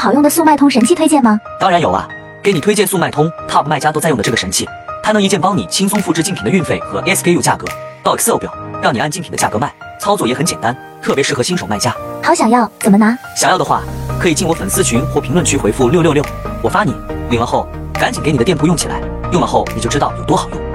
好用的速卖通神器推荐吗？当然有啊，给你推荐速卖通 Top 卖家都在用的这个神器，它能一键帮你轻松复制竞品的运费和 SKU 价格到 Excel 表，让你按竞品的价格卖，操作也很简单，特别适合新手卖家。好想要，怎么拿？想要的话，可以进我粉丝群或评论区回复六六六，我发你。领了后，赶紧给你的店铺用起来，用了后你就知道有多好用。